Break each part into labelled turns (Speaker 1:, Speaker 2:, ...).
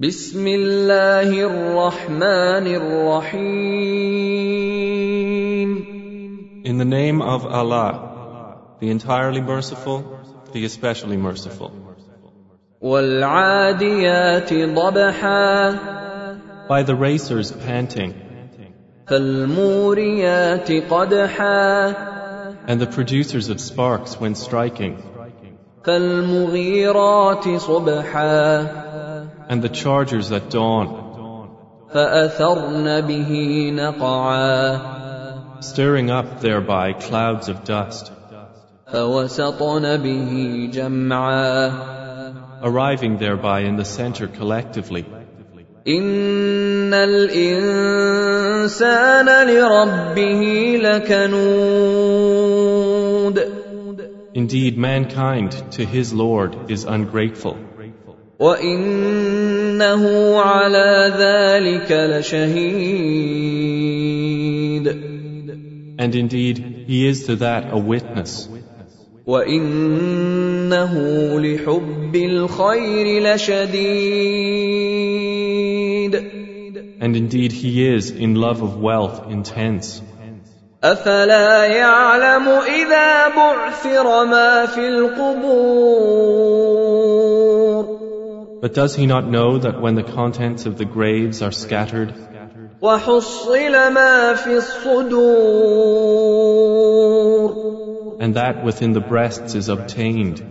Speaker 1: بِسْمِ اللَّهِ الرَّحْمَٰنِ الرَّحِيمِ
Speaker 2: In the name of Allah, the entirely merciful, the especially merciful.
Speaker 1: وَالْعَادِيَاتِ ضَبْحًا
Speaker 2: By the racers panting,
Speaker 1: فَالْمُورِيَاتِ قَدْحًا
Speaker 2: and the producers of sparks when striking,
Speaker 1: فَالْمُغِيرَاتِ صُبْحًا
Speaker 2: and the chargers at dawn,
Speaker 1: فَأَثَرْنَ بِهِ نَقْعًا
Speaker 2: stirring up thereby clouds of dust,
Speaker 1: فَوَسَطْنَ بِهِ جَمْعًا
Speaker 2: arriving thereby in the center collectively.
Speaker 1: إن الإنسان لربه لكنود
Speaker 2: Indeed, mankind to his Lord is ungrateful,
Speaker 1: وإنه على ذلك لشهيد
Speaker 2: and indeed, he is to that a witness,
Speaker 1: وإنه لحب الخير لشديد
Speaker 2: and indeed, he is in love of wealth intense.
Speaker 1: أفلا يعلم إذا بعثر ما في القبور
Speaker 2: But does he not know that when the contents of the graves are scattered,
Speaker 1: وحصل ما في الصدور
Speaker 2: and that within the breasts is obtained,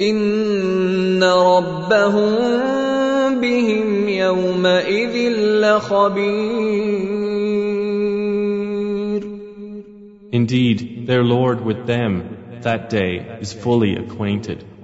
Speaker 1: إن ربهم بهم يومئذ لخبير
Speaker 2: indeed, their Lord with them that day is fully acquainted.